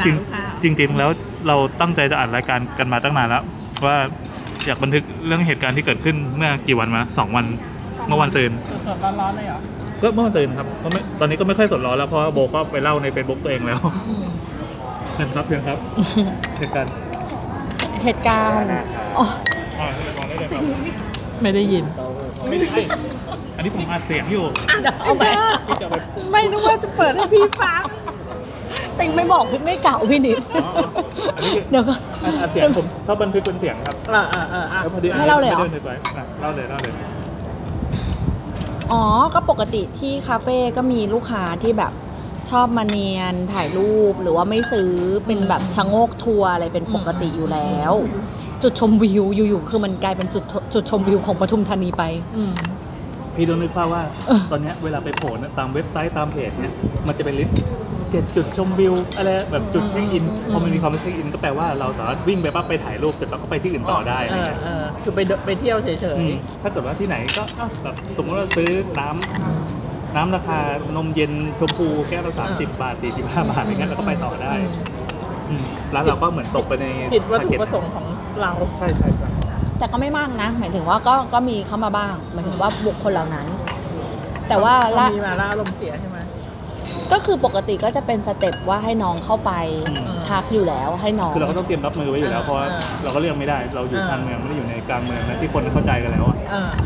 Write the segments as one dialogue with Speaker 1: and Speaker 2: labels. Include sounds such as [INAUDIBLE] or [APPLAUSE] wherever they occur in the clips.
Speaker 1: ด่า
Speaker 2: จริง
Speaker 1: ลูกค้าเหรอ
Speaker 2: จริง ๆ แล้วเราตั้งใจจะอัดรายการกันมาตั้งนานแล้ว ว่าอยากบันทึกเรื่องเหตุการณ์ที่เกิดขึ้นเมื่อกี่วันมาสองวันเมื่อวันซืน
Speaker 1: สดๆร้อนๆเลยเหรอ
Speaker 2: ก็เมื่อวันซืนครับก็ไม่ตอนนี้ก็ไม่ค่อยสดร้อนแล้วเพราะว่าโบก็ไปเล่าใน Facebook ตัวเองแล้ว
Speaker 1: อืม
Speaker 2: เชิญครับเชิญ [LAUGHS] ครับเหตุการณ์
Speaker 3: เหตุการณ์อ๋อ
Speaker 2: อ่าเรียกร้องได้เลยครับ
Speaker 3: ไม่ได้ยิน
Speaker 2: ไม่ใช่อันนี้ผมอัดเสียงอยู่
Speaker 3: เอาไหม
Speaker 2: ที่จะไป
Speaker 3: ไม่นึกว่าจะเปิดให้พี่ฟังติงไม่บอกพี่ไม่เก่าพี่นิดเดี๋ยวก็
Speaker 2: อัดเสียงผมชอบบันทึกเป็นเสียงครับ
Speaker 1: อ่าอ่าอ่าอ่า
Speaker 2: แล้วพอดี
Speaker 3: ให้เล่าเลยเหรอ
Speaker 2: ไม่ได้ในไลฟ์อ่ะเล่าเลยเล่าเลย
Speaker 3: อ๋อ ก็ปกติที่คาเฟ่ก็มีลูกค้าที่แบบชอบมาเนียนถ่ายรูปหรือว่าไม่ซื้อเป็นแบบชะโงกทัวร์อะไรเป็นปกติอยู่แล้ว จุดชมวิวอยู่ๆคือมันกลายเป็นจุดจุดชมวิวของปทุมธานีไป
Speaker 1: อืม
Speaker 2: พี่ต้องนึกภาพว่า
Speaker 3: เออ
Speaker 2: ตอนเนี้ยเวลาไปโผล่เนี่ยตามเว็บไซต์ตามเพจเนี่ยมันจะเป็นลิสต์เจ็ดจุดชมวิวอะไรแบบจุดเช็คอินพอมันมีความเช็คอินก็แปลว่าเราสามารถวิ่งไปปั๊บไปถ่ายรูปเสร็จปั๊บก็ไปที่อื่นต่อได้
Speaker 1: เออเออคือไปเดินไปเที่ยวเฉย
Speaker 2: อืมถ้าเกิดว่าที่ไหนก็อ้าวแบบสมมติเราซื้อน้ำน้ำราคานมเย็นชมพูแก้วละสามสิบบาทสี่สิบห้าบาทอย่างเงี้ยเราก็ไปต่อได้อืมร้านเราก็เหมือนตกไปใน
Speaker 1: ๆผิดวัตถุประสงค์ของเรา
Speaker 2: ใช่ใช่ใช่
Speaker 3: แต่ก็ไม่มากนะ หมายถึงว่าก็ก็มีเข้ามาบ้าง หมายถึงว่าบุคคลเหล่านั้น แต่ว่าละ
Speaker 1: มีมาแล้วอารมณ์เสียใช่ไหม
Speaker 3: ก็คือปกติก็จะเป็นสเต็ปว่าให้น้องเข้าไป
Speaker 2: อืม
Speaker 3: ทักอยู่แล้วให้น้อง
Speaker 2: คือเราก็ต้องเตรียมรับมือไว้อยู่แล้วเพราะว่า
Speaker 1: อ่า
Speaker 2: เราก็เลี่ยงไม่ได้เราอยู่ชานเมืองไม่ได้อยู่ในกลางเมืองนะที่คนเข้าใจกันแล้วอะ
Speaker 1: เออเ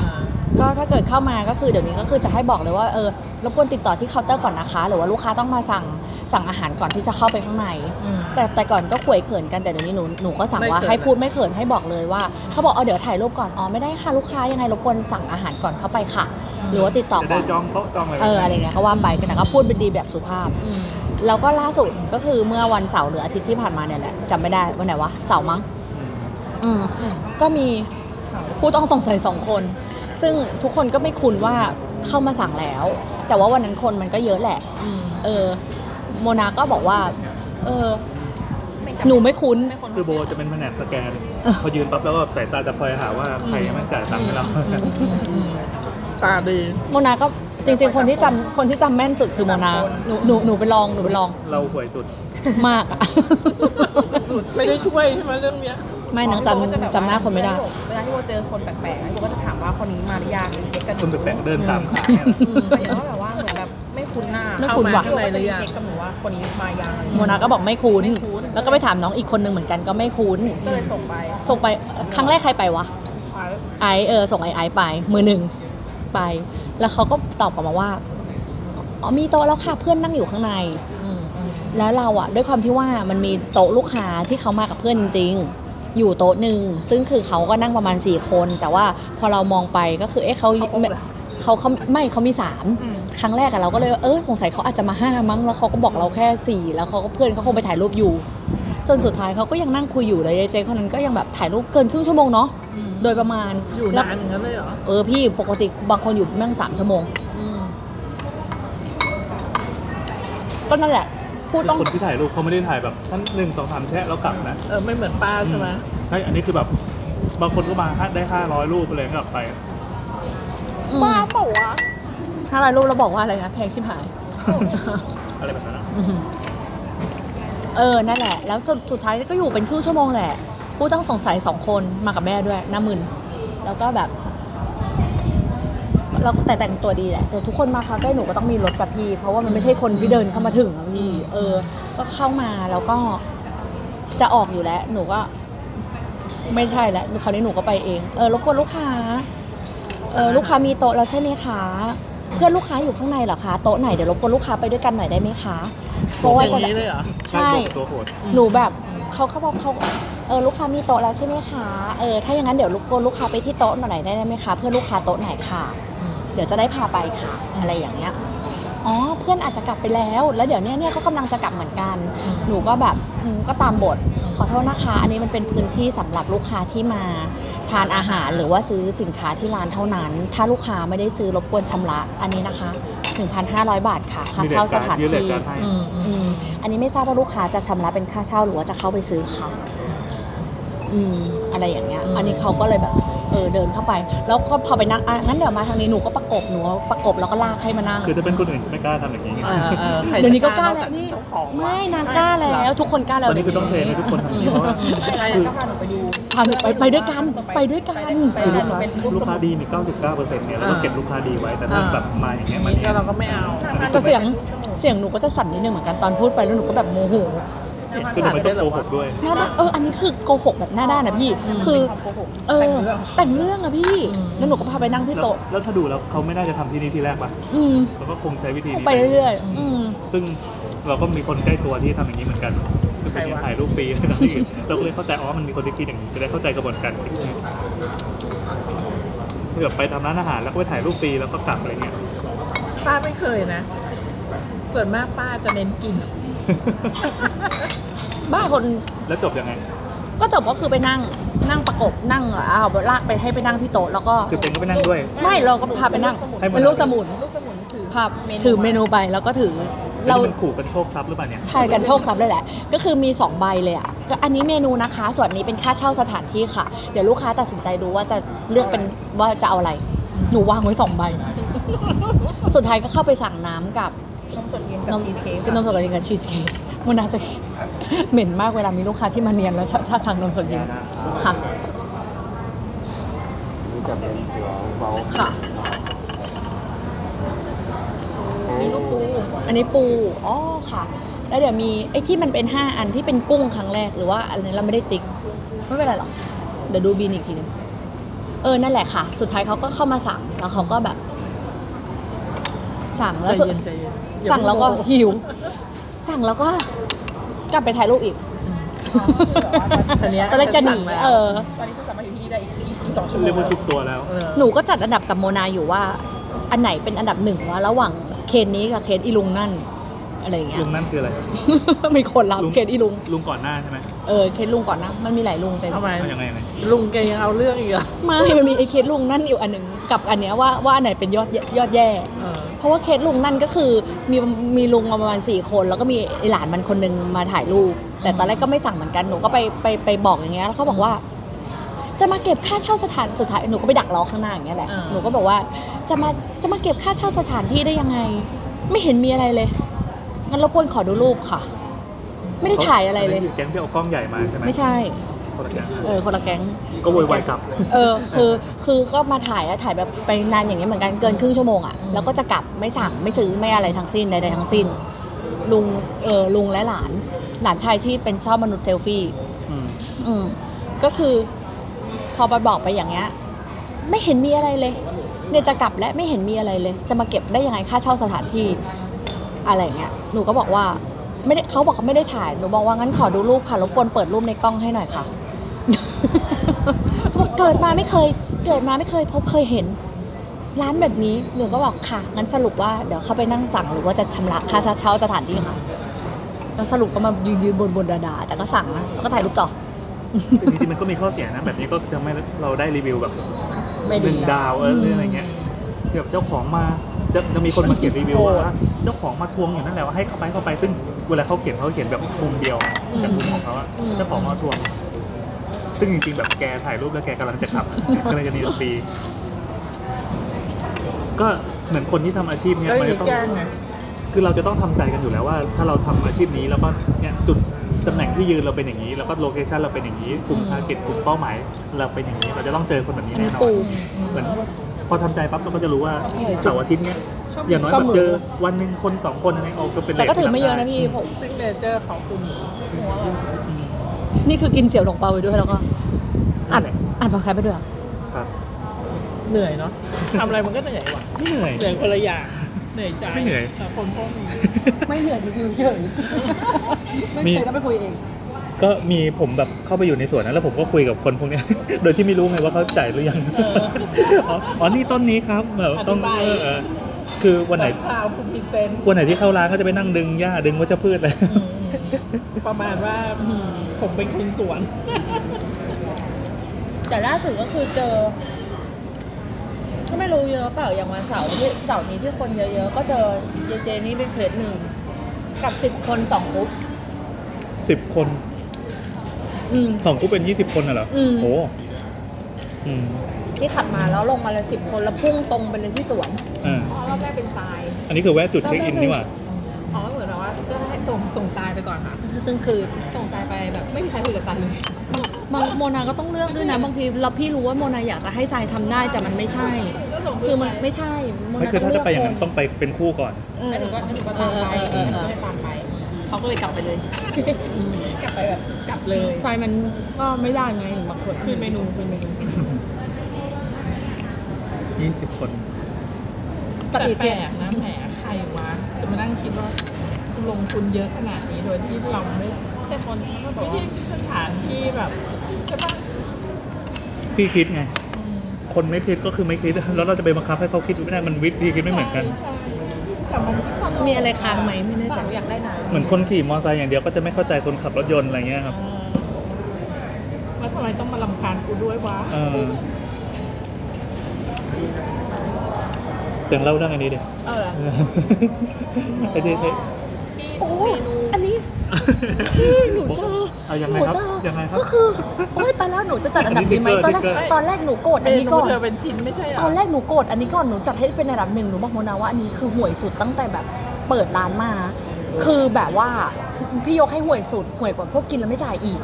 Speaker 1: ออ
Speaker 3: ก็ถ้าเกิดเข้ามาก็คือเดี๋ยวนี้ก็คือจะให้บอกเลยว่าเออรบกวนติดต่อที่เคาน์เตอร์ก่อนนะคะ หรือว่าลูกค้าต้องมาสั่งสั่งอาหารก่อนที่จะเข้าไปข้างใน
Speaker 1: อืม
Speaker 3: แต่แต่ก่อนก็ขวยเขินกันแต่เดี๋ยวนี้หนูหนูก็สั่ง
Speaker 1: ไม่
Speaker 3: ว่า
Speaker 1: เขิน
Speaker 3: ให้พูดไม่เขินให้บอกเลยว่าเขาบอกเออเดี๋ยวถ่ายรูปก่อนอ๋อไม่ได้ค่ะลูกค้ายังไงรบกวนสั่งอาหารก่อนเข้าไปค่ะ หรือว่าติดต่อ
Speaker 2: จะ
Speaker 3: ก่
Speaker 2: ได้
Speaker 3: อน
Speaker 2: จองโต๊ะจองอะไร
Speaker 3: เอออะไรเงี้ยก็ว่าไปแต่ก็พูดเป็นดีแบบสุภาพ
Speaker 1: อืม
Speaker 3: แล้วก็ล่าสุดก็คือเมื่อวันเสาร์หรืออาทิตย์ที่ผ่านมาเนี่ยแหละจำไม่ได้วันไหนวะเสาร์มั้ง
Speaker 2: อืม
Speaker 3: อืม
Speaker 1: อืม
Speaker 3: ก็มีผู้ต้องสงสัยสองคน ซึ่งทุกคนก็ไม่คุ้นว่าเข้ามาสั่งแล้ว แต่ว่าวันนั้นคนมันก็เยอะแหละ
Speaker 1: อืม
Speaker 3: เออ โมนาก็บอกว่า เออ หนูไม่คุ้น
Speaker 2: คือโบจะเป็นแผนกสแกน
Speaker 3: เออ
Speaker 2: พอยืนปั๊บแล้วก็สายตาจะคอยหาว่าใครยังไม่จ่ายตังค์ให้เรา
Speaker 1: อืมอืมตาดี
Speaker 3: โมนาก็จริง ๆ คนที่จำคนที่จำแม่นสุดคือโมนาหนูหนูหนูไปลองหนูไปลอง
Speaker 2: เราห่วยสุด
Speaker 3: มากอะ [LAUGHS]
Speaker 1: สุด ไม่ได้ช่วยใช่ไหมเรื่องเนี้ย
Speaker 3: ไม่นางจำจำหน้าคนไม่ได้
Speaker 4: เวลาที่โบเจอคนแปลกๆโบก็จะถามว่าคนนี้มาหรือยังเช็คกัน
Speaker 2: คนแปลกๆเดินสามขาเนี่ย
Speaker 4: อืมหมายถึงว่าแบบว่าเหมือนแบบไม่คุ้นหน้า
Speaker 3: ไม่คุ้นว่ะ
Speaker 4: พี่โบก็จะมีเช็คกับหนูว่าคนนี้มายัง
Speaker 3: โมนาก็บอกไม่คุ้น
Speaker 4: ไม่คุ้น
Speaker 3: แล้วก็ไปถามน้องอีกคนนึงเหมือนกันก็ไม่คุ้น
Speaker 4: ก็เลยส่งไป
Speaker 3: ส่งไปครั้งแรกใครไปวะ ไอซ์เออส่งไอซ์ไอซ์ไป มือหนึ่งไป แล้วเขาก็ตอบกลับมาว่าอ๋อมีโต๊ะแล้วค่ะเพื่อนนั่งอยู่ข้างใน
Speaker 1: อืมอืม
Speaker 3: แล้วเราอะด้วยความที่ว่ามันมีโต๊ะลูกค้าที่เขามากับเพื่อนจริง ๆ อยู่โต๊ะหนึ่งซึ่งคือเขาก็นั่งประมาณ4ี่คน แต่ว่าพอเรามองไปก็คือเอ๊ะเขาเขาเขาไม่เขามีสามครั้งแรกอะเราก็เลยว่าเออสงสัยเขาอาจจะมาห้ามั้งแล้วเขาก็บอกเราแค่สี่แล้วเขาก็เพื่อนเขาคงไปถ่ายรูปอยู่ จนสุดท้ายเขาก็ยังนั่งคุยอยู่เลยยายเจคนนั้นก็ยังแบบถ่ายรูปเกินครึ่งชั่วโมงเนาะ
Speaker 1: อืม
Speaker 3: โดยประมาณ
Speaker 1: อยู่
Speaker 3: แล้ว
Speaker 1: นานอย่างนั้นเลยเหรอ
Speaker 3: เออพี่ปกติบางคนอยู่แม่งสามชั่วโมง
Speaker 1: อืม
Speaker 3: ก็นั่นแหละ พูดต้อง
Speaker 2: คนที่ถ่ายรูปเขาไม่ได้ถ่ายแบบท่านหนึ่งสองสามแชะแล้วกลับนะ
Speaker 1: เออ ไม่เหมือนป้าใช่ไหม
Speaker 2: ใช่อันนี้คือแบบ บางคนก็มาได้ห้าร้อยรูปอะไรก็กลับไป
Speaker 3: บ้า
Speaker 4: เปล่าวะ
Speaker 3: ถ้าเรารูปเราบอกว่าอะไรนะแพงชิบหาย
Speaker 2: อะไรแบบนั้นอะ
Speaker 3: เออ นั่นแหละ แล้วสุดสุดท้ายก็อยู่เป็นครึ่งชั่วโมงแหละ ผู้ต้องสงสัยสองคนมากับแม่ด้วยหน้ามึน แล้วก็แบบ เราแต่แต่งตัวดีแหละ แต่ทุกคนมาคาเฟ่หนูก็ต้องมีรถกับพี่ เพราะว่ามันไม่ใช่คนที่เดินเข้ามาถึงอะพี่ เออ ก็เข้ามาแล้วก็จะออกอยู่แล้ว หนูก็ ไม่ใช่แล้วคราวนี้หนูก็ไปเอง เออรบกวนลูกค้า เออลูกค้ามีโต๊ะแล้วใช่ไหมคะ เพื่อนลูกค้าอยู่ข้างในเหรอคะ โต๊ะไหนเดี๋ยวรบกวนลูกค้าไปด้วยกันหน่อยได้ไหมคะ เพราะว่า
Speaker 1: อย่า
Speaker 3: จะ
Speaker 1: งนี้เลยเหรอ
Speaker 3: ใช่
Speaker 2: ตัวโหด
Speaker 3: หนูแบบเขาเขาบอกเขาเออลูกค้ามีโต๊ะแล้วใช่ไหมคะเออถ้าอย่างนั้นเดี๋ยวรบกวนลูกค้าไปที่โต๊ะหน่อยได้ไหมคะเพื่อนลูกค้าโต๊ะไหนค่ะ
Speaker 1: อืม
Speaker 3: เดี๋ยวจะได้พาไปค่ะ อะไรอย่างเงี้ยอ๋อเพื่อนอาจจะกลับไปแล้ว แล้วเดี๋ยวเนี้ยเนี่ยเขากำลังจะกลับเหมือนกัน หนูก็แบบอืมก็ตามบทขอโทษนะคะ อันนี้มันเป็นพื้นที่สำหรับลูกค้าที่มาทานอาหารหรือว่าซื้อสินค้าที่ร้านเท่านั้น ถ้าลูกค้าไม่ได้ซื้อรบกวนชำระอันนี้นะคะ 1,500 บาทค่ะค่าเช่าสถาน
Speaker 2: ยืดเล
Speaker 3: ที่
Speaker 2: ยการให้
Speaker 1: อืมอืม
Speaker 3: อืมอันนี้ไม่ทราบว่าลูกค้าจะชำระเป็นค่าเช่าหรือว่าจะเข้าไปซื้อค่ะอืม อะไรอย่างเงี้ย อันนี้เขาก็เลยแบบ เออเดินเข้าไป แล้วก็พอไปนั่งอ่ะงั้นเดี๋ยวมาทางนี้หนูก็ประ บหนูประกบแล้วก็ลากให้มานั่ง
Speaker 2: คือถ้าเป็นคนอื่นจะไม่กล้าทำอย่างนี้
Speaker 1: อ่าอ่าใครจะ
Speaker 3: เดี๋ยวนี้ก็กล้า
Speaker 1: อ
Speaker 3: แล้ว
Speaker 1: จ
Speaker 3: นี่
Speaker 1: เจ้าของวะ
Speaker 3: ไม่นางกล้าแล้วทุกคนกล้าแล้ว
Speaker 2: ตอนนี้คือต้องเทรนให้ทุกคนทำอย่างนี้เพราะว่า
Speaker 4: ไม่อะไรนะก็พาหนูไปดู
Speaker 3: พาหนูไปไปด้วยกันไปด้วยกัน
Speaker 4: ไป
Speaker 2: คือ
Speaker 4: ด้ว
Speaker 2: ลูก
Speaker 4: ยกั
Speaker 2: ค้าน
Speaker 4: เป็นลูก
Speaker 2: ลูก
Speaker 4: ส
Speaker 2: ค้า
Speaker 4: มุน
Speaker 2: ดีมี 99%เนี่ยเราต้องเก็บลูกค้าดีไว้ แต่ถ้า
Speaker 1: อ่า
Speaker 2: แบบมาอย่างเงี้ยมัน
Speaker 1: นี่ก็เราก็ไม่เอา
Speaker 3: แต่เสียงเสียงหนูก็จะสั่นนิดนึงเหมือนกันตอนพูดไปแล้วหนูก็แบบโมโห
Speaker 2: คือทำไมต้องโกหกด้วย
Speaker 3: หน้าด้านเอออันนี้คือโกหกแบบหน้าด้านนะพี่
Speaker 1: อืม
Speaker 3: คือ
Speaker 4: ความโกหก
Speaker 3: เออ
Speaker 4: แต่ง
Speaker 3: แต่ง
Speaker 4: เรื่อง
Speaker 3: เรื่องอะพี่
Speaker 1: อืม
Speaker 3: แล้วหนูก็พาไปนั่งที่
Speaker 2: แล้ว
Speaker 3: โต๊ะ
Speaker 2: แล้วถ้าดูแล้วเขาไม่น่าจะทำที่นี่ที่แรกป่ะ
Speaker 3: อืม
Speaker 2: เราก็คงใช้วิธี
Speaker 3: พูด
Speaker 2: นี้
Speaker 3: ไปเรื่อยๆอืม
Speaker 2: ซึ่งเราก็มีคนใกล้ตัวที่ทำอย่างนี้เหมือนกันคือเป็นถ่ายรูปฟรีอะไรต่างๆเราก็เลยเข้าใจอ๋อมันมีคนที่คิดอย่างนี้จะได้เข้าใจกระบวนการคิดคือแบบไปทำร้านอาหารแล้วก็ไปถ่ายรูปฟรีแล้วก็กลับอะไรเงี้ย [LAUGHS]
Speaker 1: ป้าไม่เคยนะ ส่วนมากป้าจะเน้นกิน
Speaker 3: บ้าคน
Speaker 2: แล้วจบยังไง
Speaker 3: ก็จบก็คือไปนั่งนั่งประกบนั่งเอาลากไปให้ไปนั่งที่โต๊ะแล้วก็
Speaker 2: คือเป็นก็ไปนั่งด้วย
Speaker 3: ไม่เราก็พาไปนั่ง
Speaker 2: ให้หมด
Speaker 3: เป็นลูกสมุน
Speaker 4: ลูกสมุนถือ
Speaker 3: พาถือเมนูไปแล้วก็ถือเรา
Speaker 2: นี่มันขู่กันโชคทรัพย์หรือเปล่าเนี่ย
Speaker 3: ใช่กันโชคทรัพย์เลยแหละ ก็คือมี 2 ใบเลยอ่ะก็อันนี้เมนูนะคะ ส่วนนี้เป็นค่าเช่าสถานที่ค่ะ เดี๋ยวลูกค้าตัดสินใจดูว่าจะเลือกเป็นว่าจะเอาอะไร หนูวางไว้สองใบ สุดท้ายก็เข้าไปสั่งน้ำกับ
Speaker 4: นมสดเย็นกับชีสเค้ก
Speaker 3: นมสดกับเย็นกับชีสเค้กมันน่าจะ [LAUGHS] เหม็นมากเวลามีลูกค้าที่มาเนียนแล้วถ้าสั่งนมสดเย็นค่ะ ค่ะ
Speaker 4: มีลูกปู
Speaker 3: อันนี้ปู อ๋อค่ะ แล้วเดี๋ยวมีไอ้ที่มันเป็น 5 อันที่เป็นกุ้งครั้งแรกหรือว่าอันนี้เราไม่ได้ติ๊ก ไม่เป็นไรหรอก เดี๋ยวดูบินอีกทีหนึง เออ นั่นแหละค่ะ สุดท้ายเขาก็เข้ามาสั่ง แล้วเขาก็แบบ สั่งแล้ว
Speaker 1: ใจ
Speaker 3: สุด
Speaker 1: เย็นใจเย็นอย่า
Speaker 3: สั่งแล้วก็
Speaker 1: เพิ่งโมโห
Speaker 3: หิว สั่งแล้วก็ กลับไปถ่ายรูปอีก
Speaker 1: อันเนี้ย
Speaker 3: ตอนแรกจะหนี
Speaker 1: สั่งแล้ว
Speaker 3: เออ
Speaker 4: ตอนนี้ฉันสามารถอยู่ที่นี่ได้อีกอีกสองชั่วโม
Speaker 2: เรียก
Speaker 4: ง
Speaker 2: ว่าชุบตัวแล้ว
Speaker 1: เออ
Speaker 3: หนูก็จัดอันดับกับโมนาอยู่ว่า อันไหนเป็นอันดับหนึ่งวะระหว่างเคสนี้กับเคสอีลุงนั่น อะไรอย่างเงี้ย
Speaker 2: ลุงนั่นคืออะไร
Speaker 3: [LAUGHS] มีคนรับ
Speaker 2: ลุง
Speaker 3: เคสอีลุง
Speaker 2: ลุงก่อนหน้าใช่ไหม
Speaker 3: เออเคสลุงก่อนนะ มันมีหลายลุงใจ
Speaker 1: เอาไหม
Speaker 2: เอายังไงยังไง
Speaker 1: ลุงแกยังเอาเรื่องอีกเหรอ
Speaker 3: ไม่มันมีไอ้เคสลุงนั่นอยู่อันหนึ่งกับอันเนี้ยว่าว่าอันไหนเป็นยอดแย่ยอดแย่
Speaker 1: เออ
Speaker 3: เพราะว่าเคสลุงนั่นก็คือมีมีลุงมาประมาณสี่คน แล้วก็มีไอ้หลานมันคนหนึงมาถ่ายรูปแต่ตอนแรกก็ไม่สั่งเหมือนกันหนูก็ไปไปไปบอกอย่างเงี้ยแล้วเขาบอกว่า จะมาเก็บค่าเช่าสถานสุดท้ายหนูก็ไปดักรอข้างหน้าอย่างเงี้ยแหละ
Speaker 1: อ่า
Speaker 3: หนูก็บอกว่าจะมาจะมาเก็บค่าเช่าสถานที่ได้ยังไง ไม่เห็นมีอะไรเลยงั้นรบกวนขอดูรูปค่ะ ไม่ได้ถ่ายอะไรเลย
Speaker 2: นนี้แก๊งที่เอากล้องใหญ่มาใช่ไหม
Speaker 3: ไม่ใช่
Speaker 2: คนละแก๊ง
Speaker 3: เออคนละแก๊ง
Speaker 2: ก็โวยวายกลับ
Speaker 3: เออคือคือก็มาถ่ายแล้วถ่ายแบบไปนานอย่างเงี้ยเหมือนกันเกินครึ่งชั่วโมงอ่ะแล้วก็จะกลับไม่สั่งไม่ซื้อไม่อะไรทั้งสิ้นใดๆทั้งสิ้น ลุงเออลุงและหลาน หลานชายที่เป็นชอบมนุษย์เซลฟี่
Speaker 2: อืม
Speaker 3: อืมก็คือพอไปบอกไปอย่างเงี้ยไม่เห็นมีอะไรเลย เนี่ยจะกลับและไม่เห็นมีอะไรเลย จะมาเก็บได้ยังไงค่าเช่าสถานที่อะไรอย่างเงี้ยหนูก็บอกว่าไม่ได้เขาบอกเขาไม่ได้ถ่ายหนูบอกว่างั้นขอดูรูปค่ะรบกวนเปิดรูปในกล้องให้หน่อยค่ะ [LAUGHS] เขาบอกเกิดมาไม่เคย เกิดมาไม่เคยพบเคยเห็น ร้านแบบนี้หนูก็บอกค่ะงั้นสรุปว่าเดี๋ยวเข้าไปนั่งสั่งหรือว่าจะชำระค่าเช่าสถานที่ค่ะแล้วสรุปก็มายืนยืนบนบนๆด่าๆแต่ก็สั่งนะแล้วก็ถ่ายรูปต่อ
Speaker 2: จริงๆมันก็มีข้อเสียนะ แบบนี้ก็จะไม่เราได้รีวิวแบบ
Speaker 3: ไม่
Speaker 2: ห
Speaker 3: ดี
Speaker 2: นึ่งดาวเออหรืออะไรเงี้ยแบบเจ้าของมาจะจะมีคนมาเขียนรีวิวว่าเจ้าของมาทวงอยู่นั่นแหละว่าให้เข้าไปเข้าไปซึ่งเวลาเขาเขียนเขาเขียนแบบมุมเดียวจากมุมของเขาอะ
Speaker 3: อืม
Speaker 2: เจ้าของมาทวง ซึ่งจริงๆแบบแกถ่ายรูปแล้วแกกำลังจะขับ [LAUGHS] กำลังจะหนีดนตรีก็เหมือนคนที่ทำอาชีพเนี้ย
Speaker 1: แล้วอ
Speaker 2: มั
Speaker 1: ย่าน งนี้
Speaker 2: จะต้อง
Speaker 1: แกล้งไง
Speaker 2: คือเราจะต้องทำใจกันอยู่แล้วว่า ถ้าเราทำอาชีพนี้แล้วก็เนี่ยจุดตำแหน่งที่ยืนเราเป็นอย่างนี้แล้วก็โลเคชันเราเป็นอย่างนี้กลุ่มทาร์เก็ตกลุ่มเป้าหมายเราเป็นอย่างนี้ เราจะต้องเจอคนแบบนี้แน่นอน
Speaker 3: ปู
Speaker 2: เหมือนพอทำใจปั๊บเราก็จะรู้ว่าเสาร์อาทิตย์เนี้ยอย่างน้อย
Speaker 3: ชอบ
Speaker 2: แบบ
Speaker 3: หมู
Speaker 2: เจอวันหนึ่งคนสองคนในโอาก็เป็น
Speaker 3: แต่ก็ถือ
Speaker 2: รท
Speaker 3: ไม่เยอะนะ
Speaker 2: ด้
Speaker 3: พี่ผม
Speaker 1: ซึ่งเนเจอร์ของคุณ
Speaker 2: อืม
Speaker 3: นี่คือกินเสี่ยวหลงเปาไปด้วยแล้วก็อ่า
Speaker 2: นั่น
Speaker 3: น
Speaker 2: แหละ
Speaker 3: อ่านพอดแคสต์ไปด้วยเหรอ
Speaker 2: ครับ
Speaker 1: เหนื่อยเนาะทำอะไรมันก็เหนื่อยว่ะ
Speaker 2: ไม่เหนื่อย
Speaker 1: เหนื่อยคนละอย่าง เหนื่อยใจ
Speaker 2: ไม่เหนื่อย
Speaker 1: แต่คนพวกนี้
Speaker 3: ไม่เหนื่อยดิคือเฉย
Speaker 2: ไม่เคยต้องไปคุยเอง [LAUGHS] ก็มีผมแบบเข้าไปอยู่ในสวนนั้นแล้วผมก็คุยกับคนพวกเนี้ย [LAUGHS] โดยที่ไม่รู้ไงว่าเขาจ่ายหรือยังอ๋ออ๋อนี่ต้นนี้ครับแบบต้อง
Speaker 1: อธิบาย
Speaker 2: เออเออคือวันไหน
Speaker 1: ข่าวคุณพรีเซนต์
Speaker 2: วันไหนที่เข้าร้านก็จะไปนั่งดึงหญ้าดึงวัชพืชเลย
Speaker 1: ประมาณว่าผมเป็นคนสวน
Speaker 3: แต่ล่าสุดก็คือเจอ ก็ไม่รู้เยอะเปล่าอย่างวันเสาร์ที่เสาร์นี้ที่คนเยอะๆ ก็เจอเจเจนี่เป็นเคสหนึ่งกับสิบคนสองกรุ๊ป
Speaker 2: สิบคน
Speaker 3: อืม
Speaker 2: ของกูเป็นยี่สิบคนน่ะเหรอ
Speaker 3: อืม
Speaker 2: โอ้อืม
Speaker 4: ที่ขับมาแล้วลงมาเลยสิบคนแล้วพุ่งตรงไปเลยที่สวน
Speaker 2: อ่า
Speaker 4: อ๋อรอบแรกเป็นทราย
Speaker 2: อันนี้คือแวะจุดเช็คอินนี่หว่า
Speaker 4: อ๋อเหมือนแบบว่าก็ให้ส่งส่งทรายไปก่อนค่ะ ซึ่งคือส่งทรายไปแบบไม่มีใครคุยกับทรายเลย
Speaker 3: บางโมนาก็ต้องเลือกด้วยนะบางทีเราพี่รู้ว่าโมนาอยากจะให้ทรายทำได้แต่มันไม่ใช่
Speaker 4: ก็ส่ง
Speaker 3: คือมันไม่ใช่โม
Speaker 2: ไม่
Speaker 3: นา
Speaker 2: คือ
Speaker 3: ต้อ
Speaker 2: ถ้า
Speaker 3: งเลื
Speaker 2: จะ
Speaker 3: อก
Speaker 2: ไปอย่างนั้น
Speaker 3: ค
Speaker 2: ต้องไปเป็นคู่ก่อน
Speaker 4: แล้วหนูก็แล้วหนูก็ตามไป
Speaker 3: เออเออเออ
Speaker 4: แล้วหนูก็เลยตามไป เขาก็เลยกลับไปเลย
Speaker 3: อืม
Speaker 4: กลับไปแบบกลับเลย
Speaker 1: ไฟมันก็ไม่ได้ไงบางคน
Speaker 4: คืนเมนูคืนเมนู
Speaker 2: 20 คน
Speaker 3: ปกติ
Speaker 1: แป
Speaker 3: เจ
Speaker 1: ลกนะแหมใครวะจะมานั่งคิดว่าลงทุนเยอะขนาดนี้โดยที่เราไม่
Speaker 4: แต่คนก็บอก
Speaker 1: ไม่
Speaker 4: ว่า
Speaker 1: ที่สถานที่แบบใช่ปะ
Speaker 2: พี่คิดไง คนไม่คิดก็คือไม่คิด แล้วเราจะไปบังคับให้เขาคิดไม่ได้ มันวิธีคิดไม่เหมือนกัน
Speaker 1: ใช่แต่มันก็ตลก
Speaker 3: มีอะไรค้างไหมไม่แน่
Speaker 4: แต่
Speaker 3: ใจ
Speaker 4: หนูอยากได้น้ำ
Speaker 2: เหมือนคนขี่มอเตอร์ไซค์อย่างเดียวก็จะไม่เข้าใจคนขับรถยนต์อะไรเงี้ยครับ
Speaker 1: เออแล้วทำไมต้องมาลำคาญกูด้วยวะ
Speaker 2: เออแต่งเล่าเรื่องอันนี้เดี๋ยว
Speaker 1: เออ
Speaker 2: ไอ้ที่ไอ้
Speaker 3: โอ้อันนี้ พี่หนูเจอ
Speaker 2: เอายัง
Speaker 3: ห
Speaker 2: ไง
Speaker 3: นู
Speaker 2: ครับ
Speaker 3: เจอ
Speaker 2: ยังไงครับ
Speaker 3: ก็คือโอ้ยตอนแรกหนูจะจัดอันดับดีไหม
Speaker 2: อันนี้
Speaker 3: ตอนแรก
Speaker 2: ติ๊กเกอร์
Speaker 3: ตอนแรกหนูโกรธ
Speaker 1: เม
Speaker 3: อันนี้
Speaker 1: นู
Speaker 3: ก่อน
Speaker 1: เธอเป็นชิ้นไม่ใช่เหรอ
Speaker 3: ตอนแรกหนูโกรธอันนี้ก่อนหนูจัดให้เป็นอันดับหนึ่งหนูบอกโมนาว่าอันนี้คือห่วยสุดตั้งแต่แบบเปิดร้านมา คือแบบว่าพี่ยกให้ห่วยสุดห่วยกว่าพวกกินแล้วไม่จ่ายอีก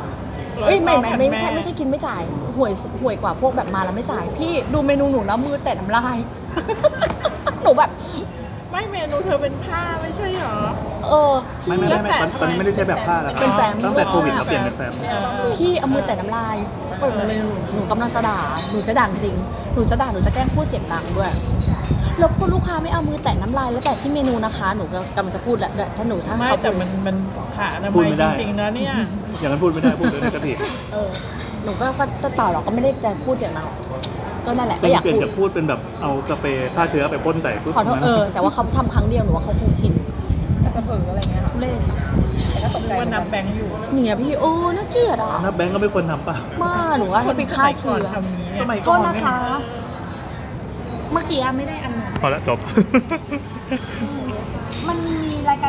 Speaker 3: เอ้ยไม่ไม่ไม่ไม่ใช่ไม่ใช่กินไม่จ่ายห่วยสุดห่วยกว่าพวกแบบมาแล้วไม่จ่าย พี่ดูเมนูหนูแล้วมือแตะน้ำลาย [LAUGHS] หนูแบบ
Speaker 1: ไม่เมนูเธอเป็นผ้าไม่ใช่เหรอ
Speaker 3: เออ
Speaker 2: ไม่
Speaker 3: พี่
Speaker 2: ไม่
Speaker 3: แล้ว
Speaker 2: ไม่ไม่ตอนตอนนี้ไม่ได้ใช้แบบผ้าแล้วครับ
Speaker 3: เป็นแฟม
Speaker 2: ตั้งแต่โควิดเราเปลี่ยนเป็นแฟม
Speaker 3: พี่เอามือแตะน้ำลายเปิดเมนูหนูกำลังจะด่าหนูจะด่าจริงหนูจะด่าหนูจะแกล้งพูดเสียงดังด้วยแล้วพวกลูกค้าไม่เอามือแตะน้ำลายแล้วแตะที่เมนูนะคะหนูก็กำลังจะพูดแหละด้วยถ้าหนูถ้า
Speaker 1: ไม่
Speaker 3: เขา
Speaker 1: แต่
Speaker 3: พูด
Speaker 1: มันมันขาอนา
Speaker 2: พู
Speaker 1: มั
Speaker 2: ด
Speaker 1: ย
Speaker 2: ไม่
Speaker 1: จ
Speaker 2: ได้
Speaker 1: ริงๆนะเนี่ย
Speaker 2: อย่างนั้นพูดไม่ได้พูดเลยกระถิ่น
Speaker 3: เออหนูก็ก็เปล่าหรอกก็ไม่ได้จะพูดเสียงดังหรอกก็นั่นแหละ
Speaker 2: เป
Speaker 3: ก็อยาก
Speaker 2: ลี่ยน
Speaker 3: พูด
Speaker 2: จากพูดเป็นแบบเอาสเปรย์ฆ่าเชื้อไปพ่นใส่ปุ๊บ
Speaker 3: ขอโทษ
Speaker 2: มัน
Speaker 3: เออ แต่ว่าเขาทำครั้งเดียวหนูว่าเขาคงชิน
Speaker 4: อาจจะเผลออะไรเงี้ยค่ะ
Speaker 3: ทุเล่น
Speaker 4: แต่ก็ตกใจ
Speaker 1: ว่านับแบงค์อยู่
Speaker 3: เนี่ยพี่โอ้น่าเกลียดอ่ะ
Speaker 2: นับแบงก์ก็ไม่ควรทำป่ะ
Speaker 3: มาหนูว่าให้ไปฆ่า
Speaker 1: สมัยก่น
Speaker 3: เชื้อ
Speaker 1: ทำนี้
Speaker 2: สมัย
Speaker 3: ก็
Speaker 2: ก่อน
Speaker 3: นะคะ เมื่อกี้ไม่ได้อันนั้น
Speaker 2: พอแล้วจบ
Speaker 3: มันมีรายการ